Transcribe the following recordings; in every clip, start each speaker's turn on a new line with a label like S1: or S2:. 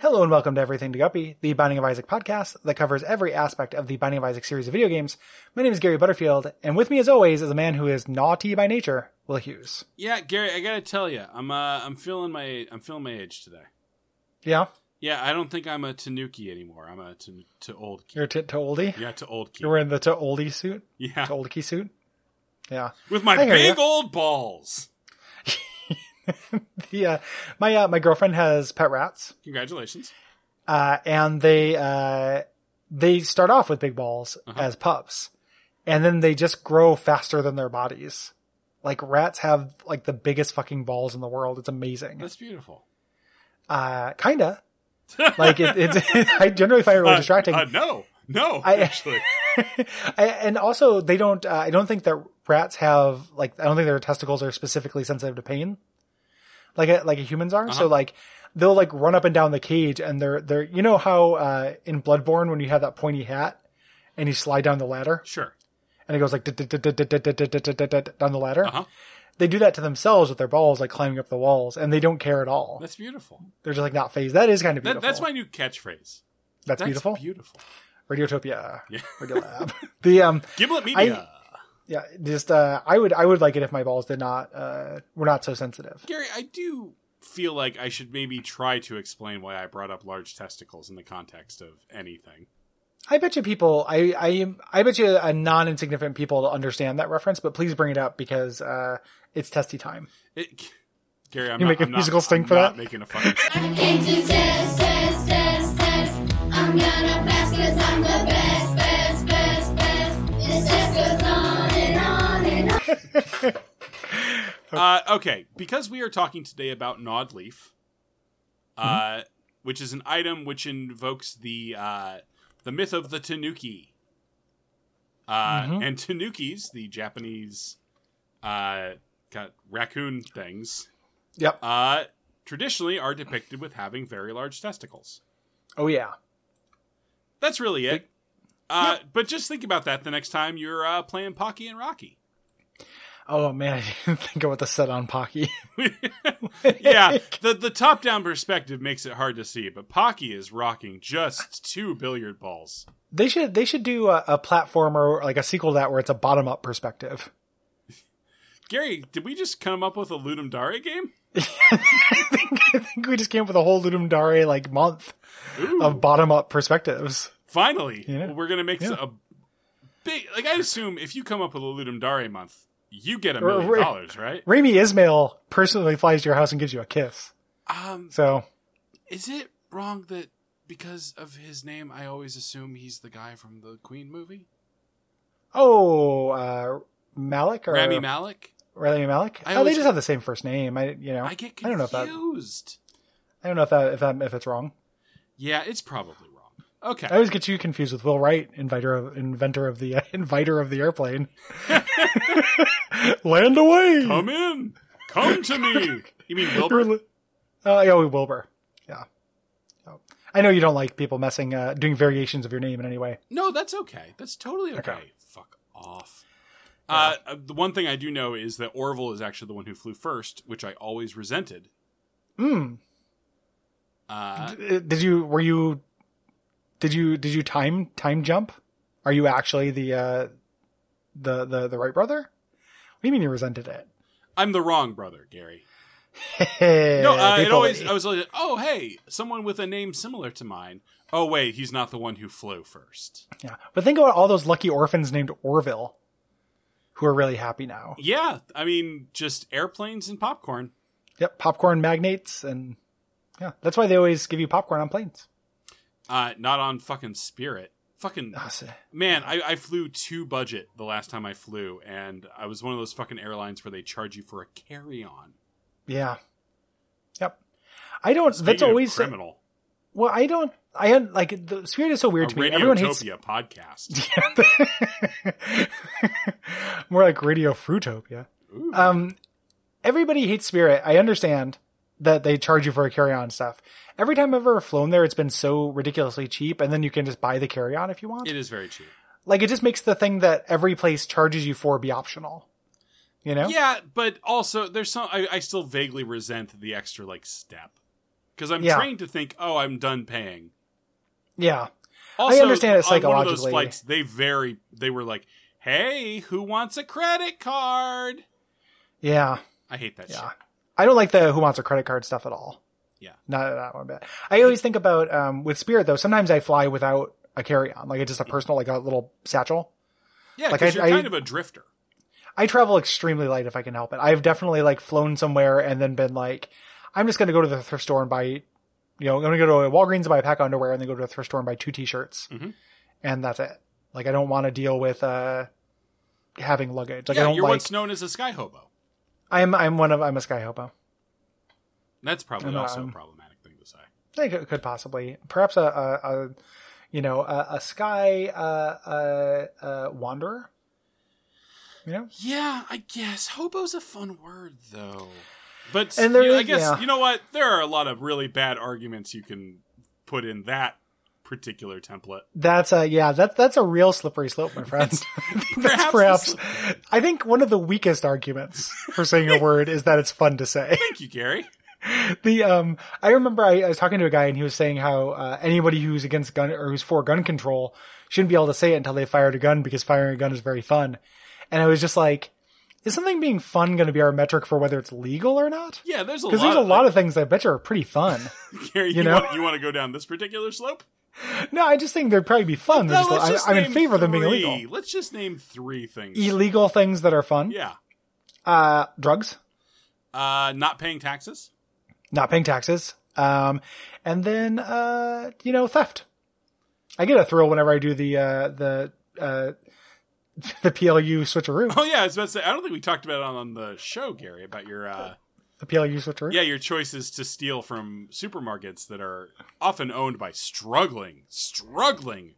S1: Hello and welcome to Everything to Guppy, the Binding of Isaac podcast that covers every aspect of the Binding of Isaac series of video games. My name is Gary Butterfield, and with me as always is a man who is naughty by nature, Will Hughes.
S2: Yeah, Gary, I gotta tell you, I'm uh, I'm feeling my I'm feeling my age today.
S1: Yeah,
S2: Yeah, I don't think I'm a Tanuki anymore. I'm a to, to old kid.
S1: you're t- to oldie.
S2: Yeah, to old kid.
S1: You're wearing the to oldie suit,
S2: Yeah,
S1: to oldie suit. Yeah,
S2: with my
S1: I hear
S2: big
S1: ya.
S2: old balls.
S1: the uh, my uh, my girlfriend has pet rats,
S2: Congratulations.
S1: uh, and they uh, they start off with big balls
S2: Uh-huh.
S1: as pups, and then they just grow faster than their bodies. Like rats have like the biggest fucking balls in the world. It's amazing.
S2: That's beautiful.
S1: Uh, kinda. Like it, it's, I generally find it really
S2: Uh,
S1: distracting.
S2: uh, no, no,
S1: I-
S2: actually,
S1: I, and also, they don't. Uh, I don't think that rats have like. I don't think their testicles are specifically sensitive to pain, like a, like a humans are. So
S2: Uh-huh.
S1: like they'll like run up and down the cage, and they're they're. You know how uh, in Bloodborne when you have that pointy hat, and you slide down the ladder,
S2: sure.
S1: and it goes like dit- dit- dit- dit- dit- dit- dit- dit- dit- dit- dit- down the ladder.
S2: Uh-huh.
S1: They do that to themselves with their balls, like climbing up the walls, and they don't care at all.
S2: That's beautiful.
S1: They're just like not phased. That is kind of
S2: That,
S1: beautiful.
S2: that's my new catchphrase.
S1: That's beautiful.
S2: Beautiful.
S1: Radiotopia.
S2: Yeah.
S1: Radiolab. the um.
S2: Gimlet Media.
S1: Yeah, just uh, I would I would like it if my balls did not uh, were not so sensitive.
S2: Gary, I do feel like I should maybe try to explain why I brought up large testicles in the context of anything.
S1: I bet you people I I I bet you a non insignificant people to understand that reference, but please bring it up because uh, it's testy time.
S2: It, Gary, I'm
S1: You
S2: not,
S1: make a
S2: I'm not-
S1: musical sting
S2: I'm
S1: for
S2: not
S1: that?
S2: Making a fucking.
S3: I came to test, test, test, test. I'm gonna pass cause I'm the best, best, best, best. This test goes on and on and on.
S2: Uh, okay, because we are talking today about Nod Leaf,
S1: Mm-hmm.
S2: uh, which is an item which invokes the uh, the myth of the Tanuki, uh,
S1: Mhm.
S2: and Tanukis, the Japanese uh, ca- raccoon things,
S1: Yep.
S2: uh, traditionally are depicted with having very large testicles.
S1: Oh yeah.
S2: That's really it. Uh, But just think about that the next time you're uh, playing Pocky and Rocky.
S1: Oh man, I didn't think of what the set on Pocky.
S2: yeah, the the top down perspective makes it hard to see, but Pocky is rocking just two billiard balls.
S1: They should they should do a, a platformer like a sequel to that where it's a bottom up perspective.
S2: Gary, did we just come up with a Ludum Dare game?
S1: I think I think we just came up with a whole Ludum Dare like month
S2: Ooh,
S1: of bottom up perspectives.
S2: finally,
S1: Yeah.
S2: we're gonna make
S1: Yeah.
S2: a big. Like I assume, if you come up with a Ludum Dare month, you get a
S1: Or-
S2: million
S1: or-
S2: dollars, right?
S1: Rami Ismail personally flies to your house and gives you a kiss.
S2: Um,
S1: So
S2: is it wrong that because of his name, I always assume he's the guy from the Queen movie,
S1: Oh, uh, Malik or
S2: Rami Malik?
S1: Rami Malik? oh,
S2: I
S1: they
S2: always-
S1: just have the same first name. I, you know,
S2: I
S1: I,
S2: get confused.
S1: don't know if that- don't know if that, if that, if it's wrong.
S2: Yeah, it's probably wrong. Okay.
S1: I always get you confused with Will Wright, inventor of, inventor of the, inviter of the airplane. Land away.
S2: Come in. Come to me. You mean Wilbur?
S1: You're li- uh, yeah, with Wilbur. Yeah. So, I know you don't like people messing, uh, doing variations of your name in any way.
S2: No, that's okay. That's totally okay.
S1: Okay.
S2: Fuck off. Uh, uh, the one thing I do know is that Orville is actually the one who flew first, which I always resented.
S1: Mm.
S2: Uh,
S1: D- did you, were you, did you, did you time, time jump? Are you actually the, uh, the, the, the Wright brother? What do you mean you resented it?
S2: I'm the wrong brother, Gary.
S1: Hey,
S2: No, uh,
S1: they
S2: it always
S1: bully.
S2: I was like, oh hey, someone with a name similar to mine. Oh wait, he's not the one who flew first.
S1: Yeah. But think about all those lucky orphans named Orville who are really happy now.
S2: Yeah, I mean, just airplanes and popcorn.
S1: Yep. Popcorn magnates. And yeah, that's why they always give you popcorn on planes.
S2: Uh, not on fucking Spirit. Fucking
S1: Ah, so-
S2: Man, I, I flew to budget the last time I flew, and I was one of those fucking airlines where they charge you for a carry on.
S1: Yeah. Yep. I don't, that's always,
S2: criminal.
S1: well, I don't, I had like, the spirit is so
S2: A
S1: weird to me. Everyone hates,
S2: Radiotopia podcast.
S1: more like Radio Fruitopia.
S2: Ooh.
S1: Um, everybody hates Spirit. I understand that they charge you for a carry on stuff. Every time I've ever flown there, it's been so ridiculously cheap, and then you can just buy the carry on if you want.
S2: it is very cheap.
S1: like it just makes the thing that every place charges you for be optional. You know?
S2: Yeah, but also there's some. I, I still vaguely resent the extra like step. because I'm
S1: Yeah.
S2: trained to think, oh, I'm done paying.
S1: Yeah.
S2: Also,
S1: understand it
S2: On one of those
S1: psychologically.
S2: flights, they very they were like, "Hey, who wants a credit card?"
S1: Yeah.
S2: I hate that
S1: Yeah.
S2: shit.
S1: I don't like the who wants a credit card stuff at all.
S2: Yeah.
S1: Not that one bit. I always think about um with Spirit though, sometimes I fly without a carry on, like it's just a personal, like a little satchel.
S2: Yeah,
S1: Like,
S2: because
S1: I-
S2: you're
S1: I-
S2: kind of a drifter.
S1: I travel extremely light if I can help it. I've definitely like flown somewhere and then been like, I'm just going to go to the thrift store and buy, you know, I'm going to go to a Walgreens and buy a pack of underwear and then go to a thrift store and buy two t-shirts.
S2: Mhm.
S1: And that's it. Like, I don't want to deal with, uh, having luggage. Like, I
S2: yeah,
S1: don't
S2: you're
S1: like,
S2: what's known as a sky hobo.
S1: I'm, I'm one of, I'm a sky hobo.
S2: That's probably
S1: I'm,
S2: also a
S1: um,
S2: problematic thing to say.
S1: They could, could possibly, perhaps a, a, a you know, a, a sky, uh, uh, uh, wanderer, you know?
S2: Yeah, I guess hobo's a fun word though. But
S1: And there
S2: you know,
S1: is-
S2: I guess
S1: yeah.
S2: you know what? There are a lot of really bad arguments you can put in that particular template.
S1: That's a yeah. That's that's a real slippery slope, my friends. that's perhaps.
S2: perhaps
S1: I think one of the weakest arguments for saying a word is that it's fun to say.
S2: Thank you, Gary.
S1: The um, I remember I, I was talking to a guy and he was saying how uh, anybody who's against gun or who's for gun control shouldn't be able to say it until they fired a gun because firing a gun is very fun. And I was just like, is something being fun going to be our metric for whether it's legal or not?
S2: Yeah, there's a lot.
S1: Because there's a lot of things I bet you are pretty fun.
S2: Gary. You,
S1: you know?
S2: want, you want to go down this particular slope?
S1: no, I just think they'd probably be fun. They're
S2: No,
S1: just
S2: let's
S1: like,
S2: just
S1: I, I'm in
S2: name
S1: favor of them being
S2: three.
S1: illegal.
S2: Let's just name three things.
S1: Illegal things that are fun.
S2: yeah.
S1: Uh, drugs.
S2: Uh, not paying taxes.
S1: not paying taxes. Um, and then, uh, you know, theft. I get a thrill whenever I do the, uh, the, uh, the PLU switcheroo,
S2: Oh yeah, I was about to say. I don't think we talked about it on, on the show, Gary, about your uh,
S1: the PLU switcheroo.
S2: yeah your choices to steal from supermarkets that are often owned by struggling, struggling,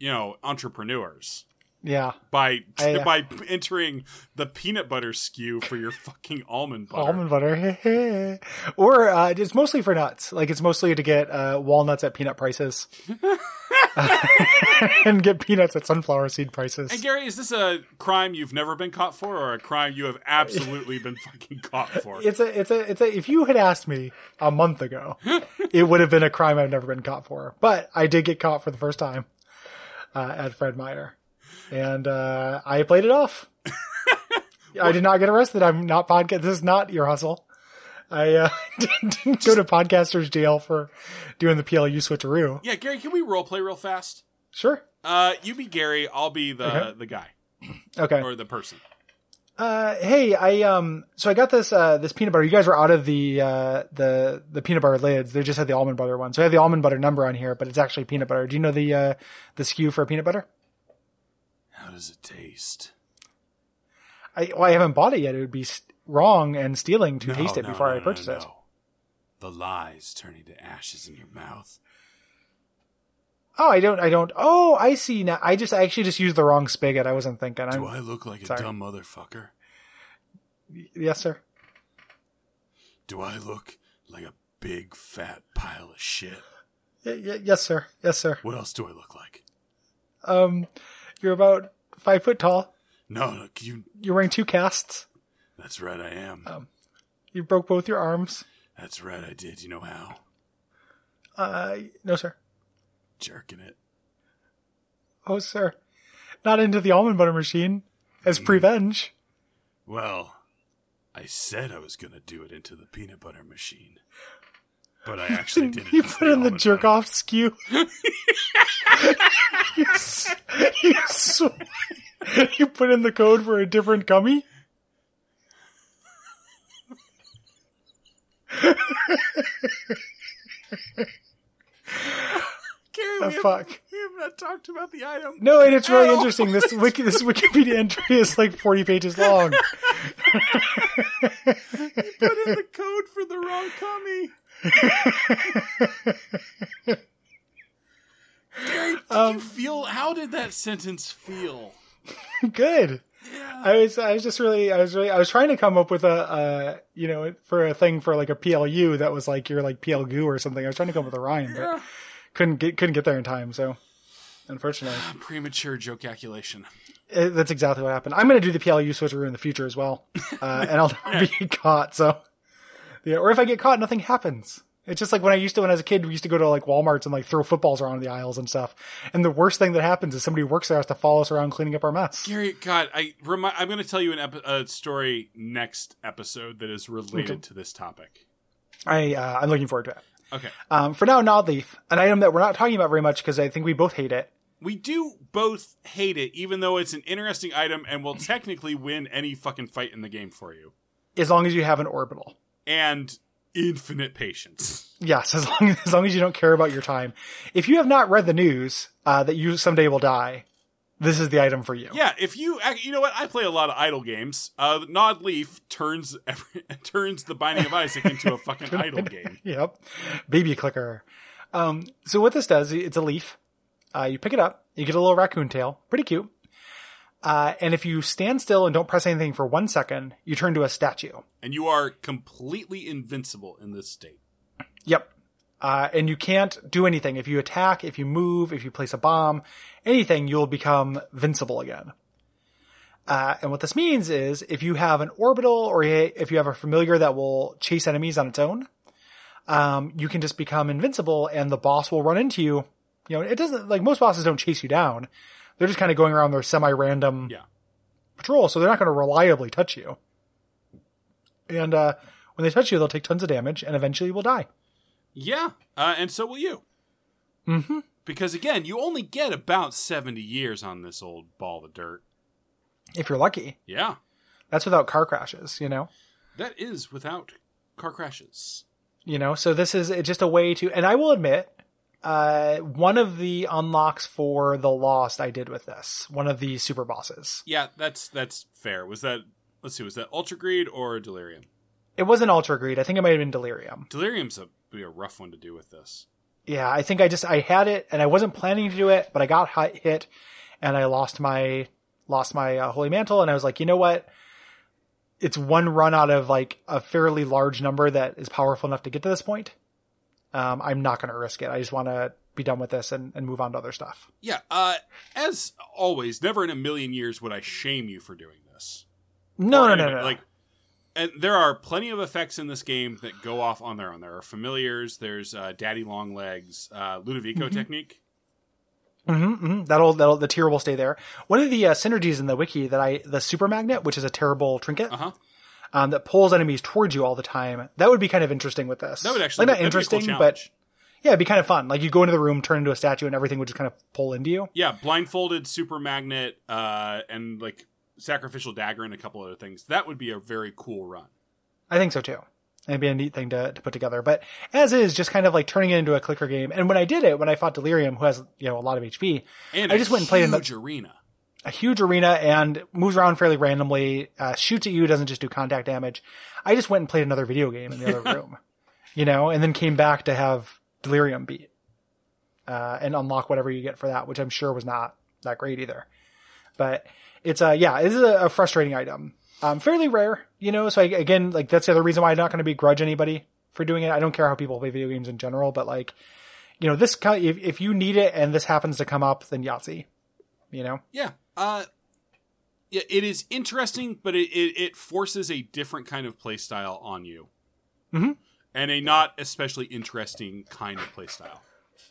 S2: you know, entrepreneurs
S1: Yeah.
S2: by
S1: I, uh,
S2: by entering the peanut butter skew for your fucking almond butter.
S1: Almond butter. or, uh, it's mostly for nuts. Like it's mostly to get, uh, walnuts at peanut prices and get peanuts at sunflower seed prices.
S2: And Gary, is this a crime you've never been caught for, or a crime you have absolutely been fucking caught for?
S1: it's a it's a it's a if you had asked me a month ago it would have been a crime i've never been caught for but i did get caught for the first time uh, at fred meyer and uh, i played it off i did not get arrested i'm not podcast this is not your hustle i uh, didn't go to podcasters jail for doing the plu switcheroo
S2: Yeah, Gary, can we role play real fast?
S1: sure
S2: Uh, you be Gary, I'll be the
S1: Okay.
S2: the guy
S1: okay
S2: or the person.
S1: Uh, hey, I um, so I got this uh this peanut butter. You guys were out of the uh the the peanut butter lids. They just had the almond butter one. So I have the almond butter number on here, but it's actually peanut butter. Do you know the uh the skew for peanut butter?
S2: How does it taste?
S1: I well, I haven't bought it yet. It would be s wrong and stealing to taste it before I purchase it.
S2: The lies turning to ashes in your mouth.
S1: Oh, I don't, I don't. Oh, I see now. I just I actually just used the wrong spigot. I wasn't thinking. I'm,
S2: look like a
S1: sorry.
S2: motherfucker?
S1: Yes, sir.
S2: Do I look like a big fat pile of shit?
S1: Y- y- yes, sir. Yes, sir.
S2: What else do I look like?
S1: Um, you're about five foot tall.
S2: No, no, you.
S1: You're wearing two casts.
S2: That's right, I am.
S1: Oh. You broke both your arms.
S2: That's right, I did. You know how?
S1: Uh, no, sir.
S2: Jerking it.
S1: Oh, sir. Not into the almond butter machine
S2: Mm.
S1: as prevenge.
S2: Well, I said I was gonna do it into the peanut butter machine, but I actually did it.
S1: You
S2: into
S1: put in the
S2: almond
S1: jerk
S2: butter.
S1: off skew. you, s- you, s- you put in the code for a different gummy?
S2: Gary,
S1: The
S2: we have-
S1: fuck?
S2: we have not talked about the item.
S1: No, and it's really
S2: Ow.
S1: interesting. This wiki, this Wikipedia entry is like 40 pages long.
S2: Put in the code for the wrong cummy. Gary, did you feel? How did that sentence feel?
S1: Good.
S2: Yeah.
S1: I was, I was just really, I was really, I was trying to come up with a, uh, you know, for a thing for like a PLU that was like you're like PLGU or something. I was trying to come up with a rhyme, but
S2: Yeah.
S1: couldn't get couldn't get there in time. So, unfortunately,
S2: Premature jocaculation.
S1: Uh, that's exactly what happened. I'm going to do the PLU switcheroo in the future as well, uh, and I'll never be caught. So, yeah, or if I get caught, nothing happens. It's just like when I used to, when I was a kid, we used to go to like Walmart's and like throw footballs around the aisles and stuff. And the worst thing that happens is somebody who works there has to follow us around cleaning up our mess.
S2: Gary, God, I remi- I'm going to tell you an epi- a story next episode that is related
S1: Okay.
S2: to this topic.
S1: I, uh, I'm looking forward to it.
S2: Okay,
S1: Um, for now, Nodleaf, an item that we're not talking about very much because I think we both hate it.
S2: we do both hate it, even though it's an interesting item and will technically win any fucking fight in the game for you.
S1: As long as you have an orbital.
S2: And infinite patience.
S1: Yes, as long as long as you don't care about your time. If you have not read the news uh, that you someday will die, this is the item for you.
S2: Yeah, if you ac- you know what I play a lot of idle games. Uh, Nod Leaf turns every, turns the Binding of Isaac into a fucking idle game.
S1: Yep. Baby clicker. Um, so what this does, it's a leaf. Uh, you pick it up. You get a little raccoon tail. Pretty cute. Uh, and if you stand still and don't press anything for one second, you turn to a statue.
S2: and you are completely invincible in this state.
S1: Yep. Uh, and you can't do anything. If you attack, if you move, if you place a bomb, anything, you'll become vincible again. Uh, and what this means is if you have an orbital or a, if you have a familiar that will chase enemies on its own, um, you can just become invincible and the boss will run into you. You know, it doesn't, like most bosses don't chase you down. They're just kind of going around their semi-random
S2: Yeah.
S1: patrol, so they're not going to reliably touch you. And, uh, when they touch you, they'll take tons of damage and eventually you will die.
S2: Yeah, uh, and so will you. Mm-hmm.
S1: Mm-hmm.
S2: Because again, you only get about seventy years on this old ball of dirt.
S1: if you're lucky.
S2: Yeah,
S1: That's without car crashes, you know.
S2: that is without car crashes.
S1: You know, so this is just a way to. And I will admit, uh, one of the unlocks for the Lost I did with this, one of the super bosses.
S2: Yeah, that's that's fair. Was that let's see, was that Ultra Greed or Delirium?
S1: It wasn't Ultra Greed. I think it might have been Delirium.
S2: Delirium's a be a rough one to do with this.
S1: Yeah, I think I just I had it and I wasn't planning to do it, but I got hi- hit, and I lost my lost my uh, holy mantle, and I was like, you know what? It's one run out of like a fairly large number that is powerful enough to get to this point. Um, I'm not going to risk it. I just want to be done with this and, and move on to other stuff.
S2: Yeah, uh, as always, never in a million years would I shame you for doing this.
S1: No,
S2: or
S1: no, no,
S2: anybody.
S1: no.
S2: Like, and there are plenty of effects in this game that go off on their own. There are familiars. There's uh, Daddy Long Legs, uh, Ludovico
S1: Mm-hmm.
S2: technique.
S1: hmm that'll that'll the tier will stay there. One of the uh, synergies in the wiki that I the super magnet, which is a terrible trinket
S2: Uh huh.
S1: um, that pulls enemies towards you all the time, that would be kind of interesting with this.
S2: That would actually
S1: like, not
S2: be, that'd be a cool
S1: interesting, but
S2: challenge.
S1: yeah, it'd be kind of fun. Like you go into the room, turn into a statue, and everything would just kind of pull into you.
S2: yeah, blindfolded super magnet uh, and like sacrificial dagger and a couple other things. That would be a very cool run.
S1: I think so too. It'd be a neat thing to, to put together. But as is, just kind of like turning it into a clicker game. And when I did it, when I fought Delirium, who has you know a lot of HP,
S2: And
S1: I
S2: a
S1: just went and played in the-
S2: huge arena.
S1: a huge arena and moves around fairly randomly, uh, shoots at you, doesn't just do contact damage. I just went and played another video game in the other room, you know, and then came back to have Delirium beat, uh, and unlock whatever you get for that, which I'm sure was not that great either. But it's a, yeah, this is a, a frustrating item. Um, fairly rare, you know, so I, again, like that's the other reason why I'm not going to begrudge anybody for doing it. I don't care how people play video games in general, but like, you know, this, ki- if, if you need it and this happens to come up, then Yahtzee, you know?
S2: Yeah. Uh, yeah, it is interesting, but it, it, it forces a different kind of playstyle on you.
S1: Mhm.
S2: And a not especially interesting kind of playstyle.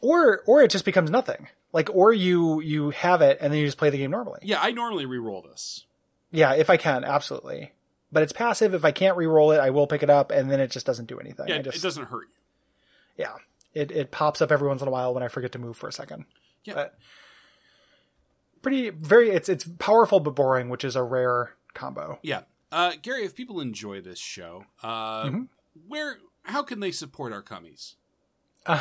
S1: or or it just becomes nothing like or you you have it and then you just play the game normally
S2: Yeah, I normally re-roll this.
S1: yeah if i can absolutely but it's passive if i can't re-roll it i will pick it up and then it just doesn't do anything
S2: Yeah,
S1: I just,
S2: it doesn't hurt you.
S1: yeah it, it pops up every once in a while when i forget to move for a second
S2: Yeah.
S1: but pretty very it's it's powerful but boring which is a rare combo
S2: Yeah, uh, Gary, if people enjoy this show, uh,
S1: Mhm.
S2: where how can they support our cummies?
S1: uh,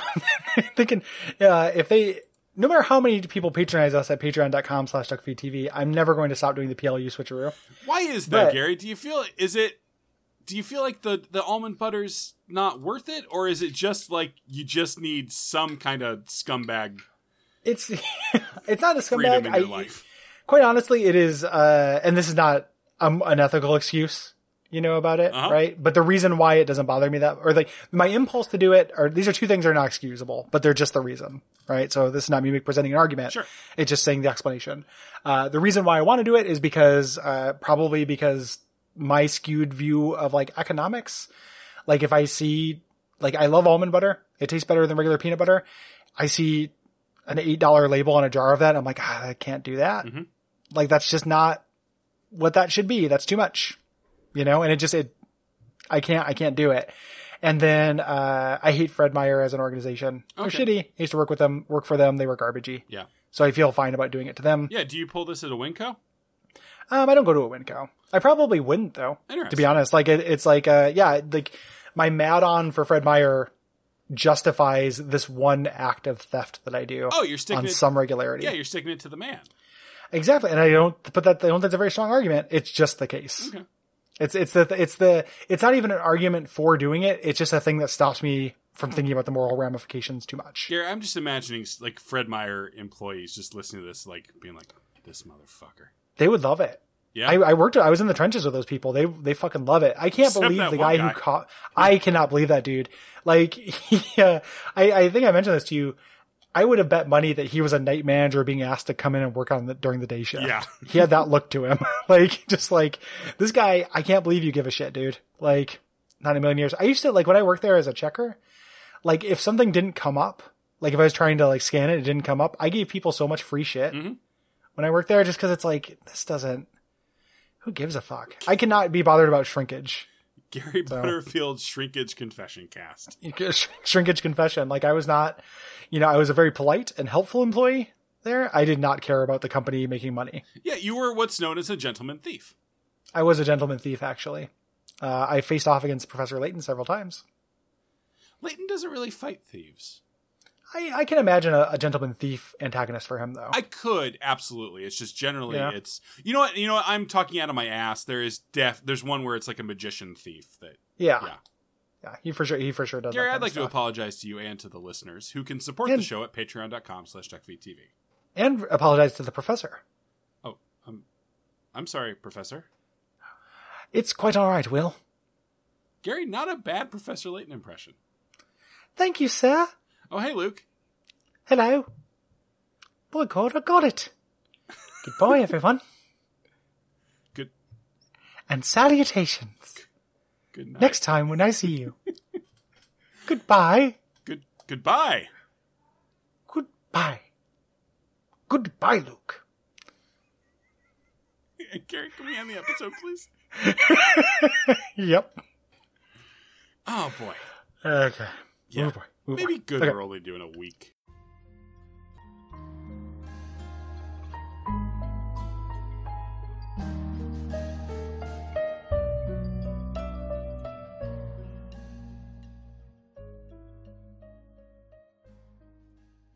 S1: they can uh, if they no matter how many people patronize us at patreon.com slash duckfeedtv i'm never going to stop doing the plu switcheroo
S2: Why is that,
S1: But-
S2: Gary? Do you feel is it? Do you feel like the the almond butter's not worth it, or is it just like you just need some kind of scumbag
S1: it's it's not a
S2: freedom
S1: scumbag
S2: in your
S1: I-
S2: life?
S1: quite honestly, it is, uh, and this is not um, an ethical excuse, you know, about it,
S2: Uh-huh.
S1: right? But the reason why it doesn't bother me that, or like my impulse to do it, or these are two things that are not excusable, but they're just the reason, right? So this is not me presenting an argument.
S2: Sure.
S1: It's just saying the explanation. Uh, the reason why I want to do it is because, uh, probably because my skewed view of like economics, like if I see like I love almond butter. It tastes better than regular peanut butter. I see an eight dollar label on a jar of that. And I'm like, ah, I can't do that.
S2: Mhm.
S1: Like that's just not what that should be. That's too much, you know. And it just it, I can't I can't do it. And then uh, I hate Fred Meyer as an organization. They're
S2: Okay.
S1: shitty. I used to work with them, work for them. They were garbagey.
S2: Yeah.
S1: So I feel fine about doing it to them.
S2: Yeah. Do you pull this at a Winco?
S1: Um, I don't go to a Winco. I probably wouldn't though. To be
S2: Interesting.
S1: honest, like it, it's like uh, yeah, like my mad on for Fred Meyer justifies this one act of theft that I do
S2: Oh, you're sticking
S1: on
S2: it.
S1: some regularity.
S2: yeah, you're sticking it to the man.
S1: Exactly, and I don't. But that I don't think that's a very strong argument. It's just the case.
S2: Okay.
S1: It's it's the it's the it's not even an argument for doing it. It's just a thing that stops me from
S2: Hmm.
S1: thinking about the moral ramifications too much.
S2: Gary, I'm just imagining like Fred Meyer employees just listening to this, like being like, "This motherfucker."
S1: They would love it.
S2: Yeah.
S1: I, I worked. I was in the trenches with those people. They they fucking love it. I can't
S2: Except
S1: believe
S2: that
S1: the guy,
S2: one
S1: who
S2: guy.
S1: caught. I cannot believe that dude. Like, yeah, I I think I mentioned this to you. I would have bet money that he was a night manager being asked to come in and work on the, during the day shift.
S2: Yeah.
S1: he had that look to him. like, just like this guy. I can't believe you give a shit, dude. Like, not in a million years. I used to like when I worked there as a checker. Like, if something didn't come up, like if I was trying to like scan it, it didn't come up. I gave people so much free shit
S2: Mhm.
S1: when I worked there, just because it's like this doesn't. Who gives a fuck? I cannot be bothered about shrinkage.
S2: Gary Butterfield shrinkage confession cast.
S1: shrinkage confession. Like I was not, you know, I was a very polite and helpful employee there. I did not care about the company making money.
S2: Yeah, you were what's known as a gentleman thief.
S1: I was a gentleman thief, actually. Uh, I faced off against Professor Layton several times.
S2: Leighton doesn't really fight thieves.
S1: I, I can imagine a, a gentleman thief antagonist for him, though.
S2: I could absolutely. It's just generally
S1: Yeah.
S2: it's you know what you know what I'm talking out of my ass. There is def there's one where it's like a magician thief that
S1: yeah. yeah,
S2: yeah.
S1: he for sure, he for sure does.
S2: Gary,
S1: that
S2: I'd
S1: kind
S2: like
S1: of
S2: to
S1: stuff.
S2: apologize to you and to the listeners who can support the
S1: And-
S2: show at patreon.com slash duckfeedtv.
S1: and apologize to the professor.
S2: Oh, um, I'm sorry, Professor.
S1: It's quite all right, Will.
S2: Gary, not a bad Professor Layton impression.
S1: Thank you, sir.
S2: Oh, hey, Luke.
S1: Hello. By God, I got it. Goodbye, everyone,
S2: Good
S1: and salutations.
S2: good night.
S1: Next time when I see you. Goodbye.
S2: Good goodbye.
S1: Goodbye. Goodbye, Luke.
S2: Gary, can we end the episode, please?
S1: Yep.
S2: Oh boy.
S1: Okay.
S2: Yeah.
S1: Move on, move on.
S2: Maybe Oh, good
S1: Okay.
S2: we're only doing a week.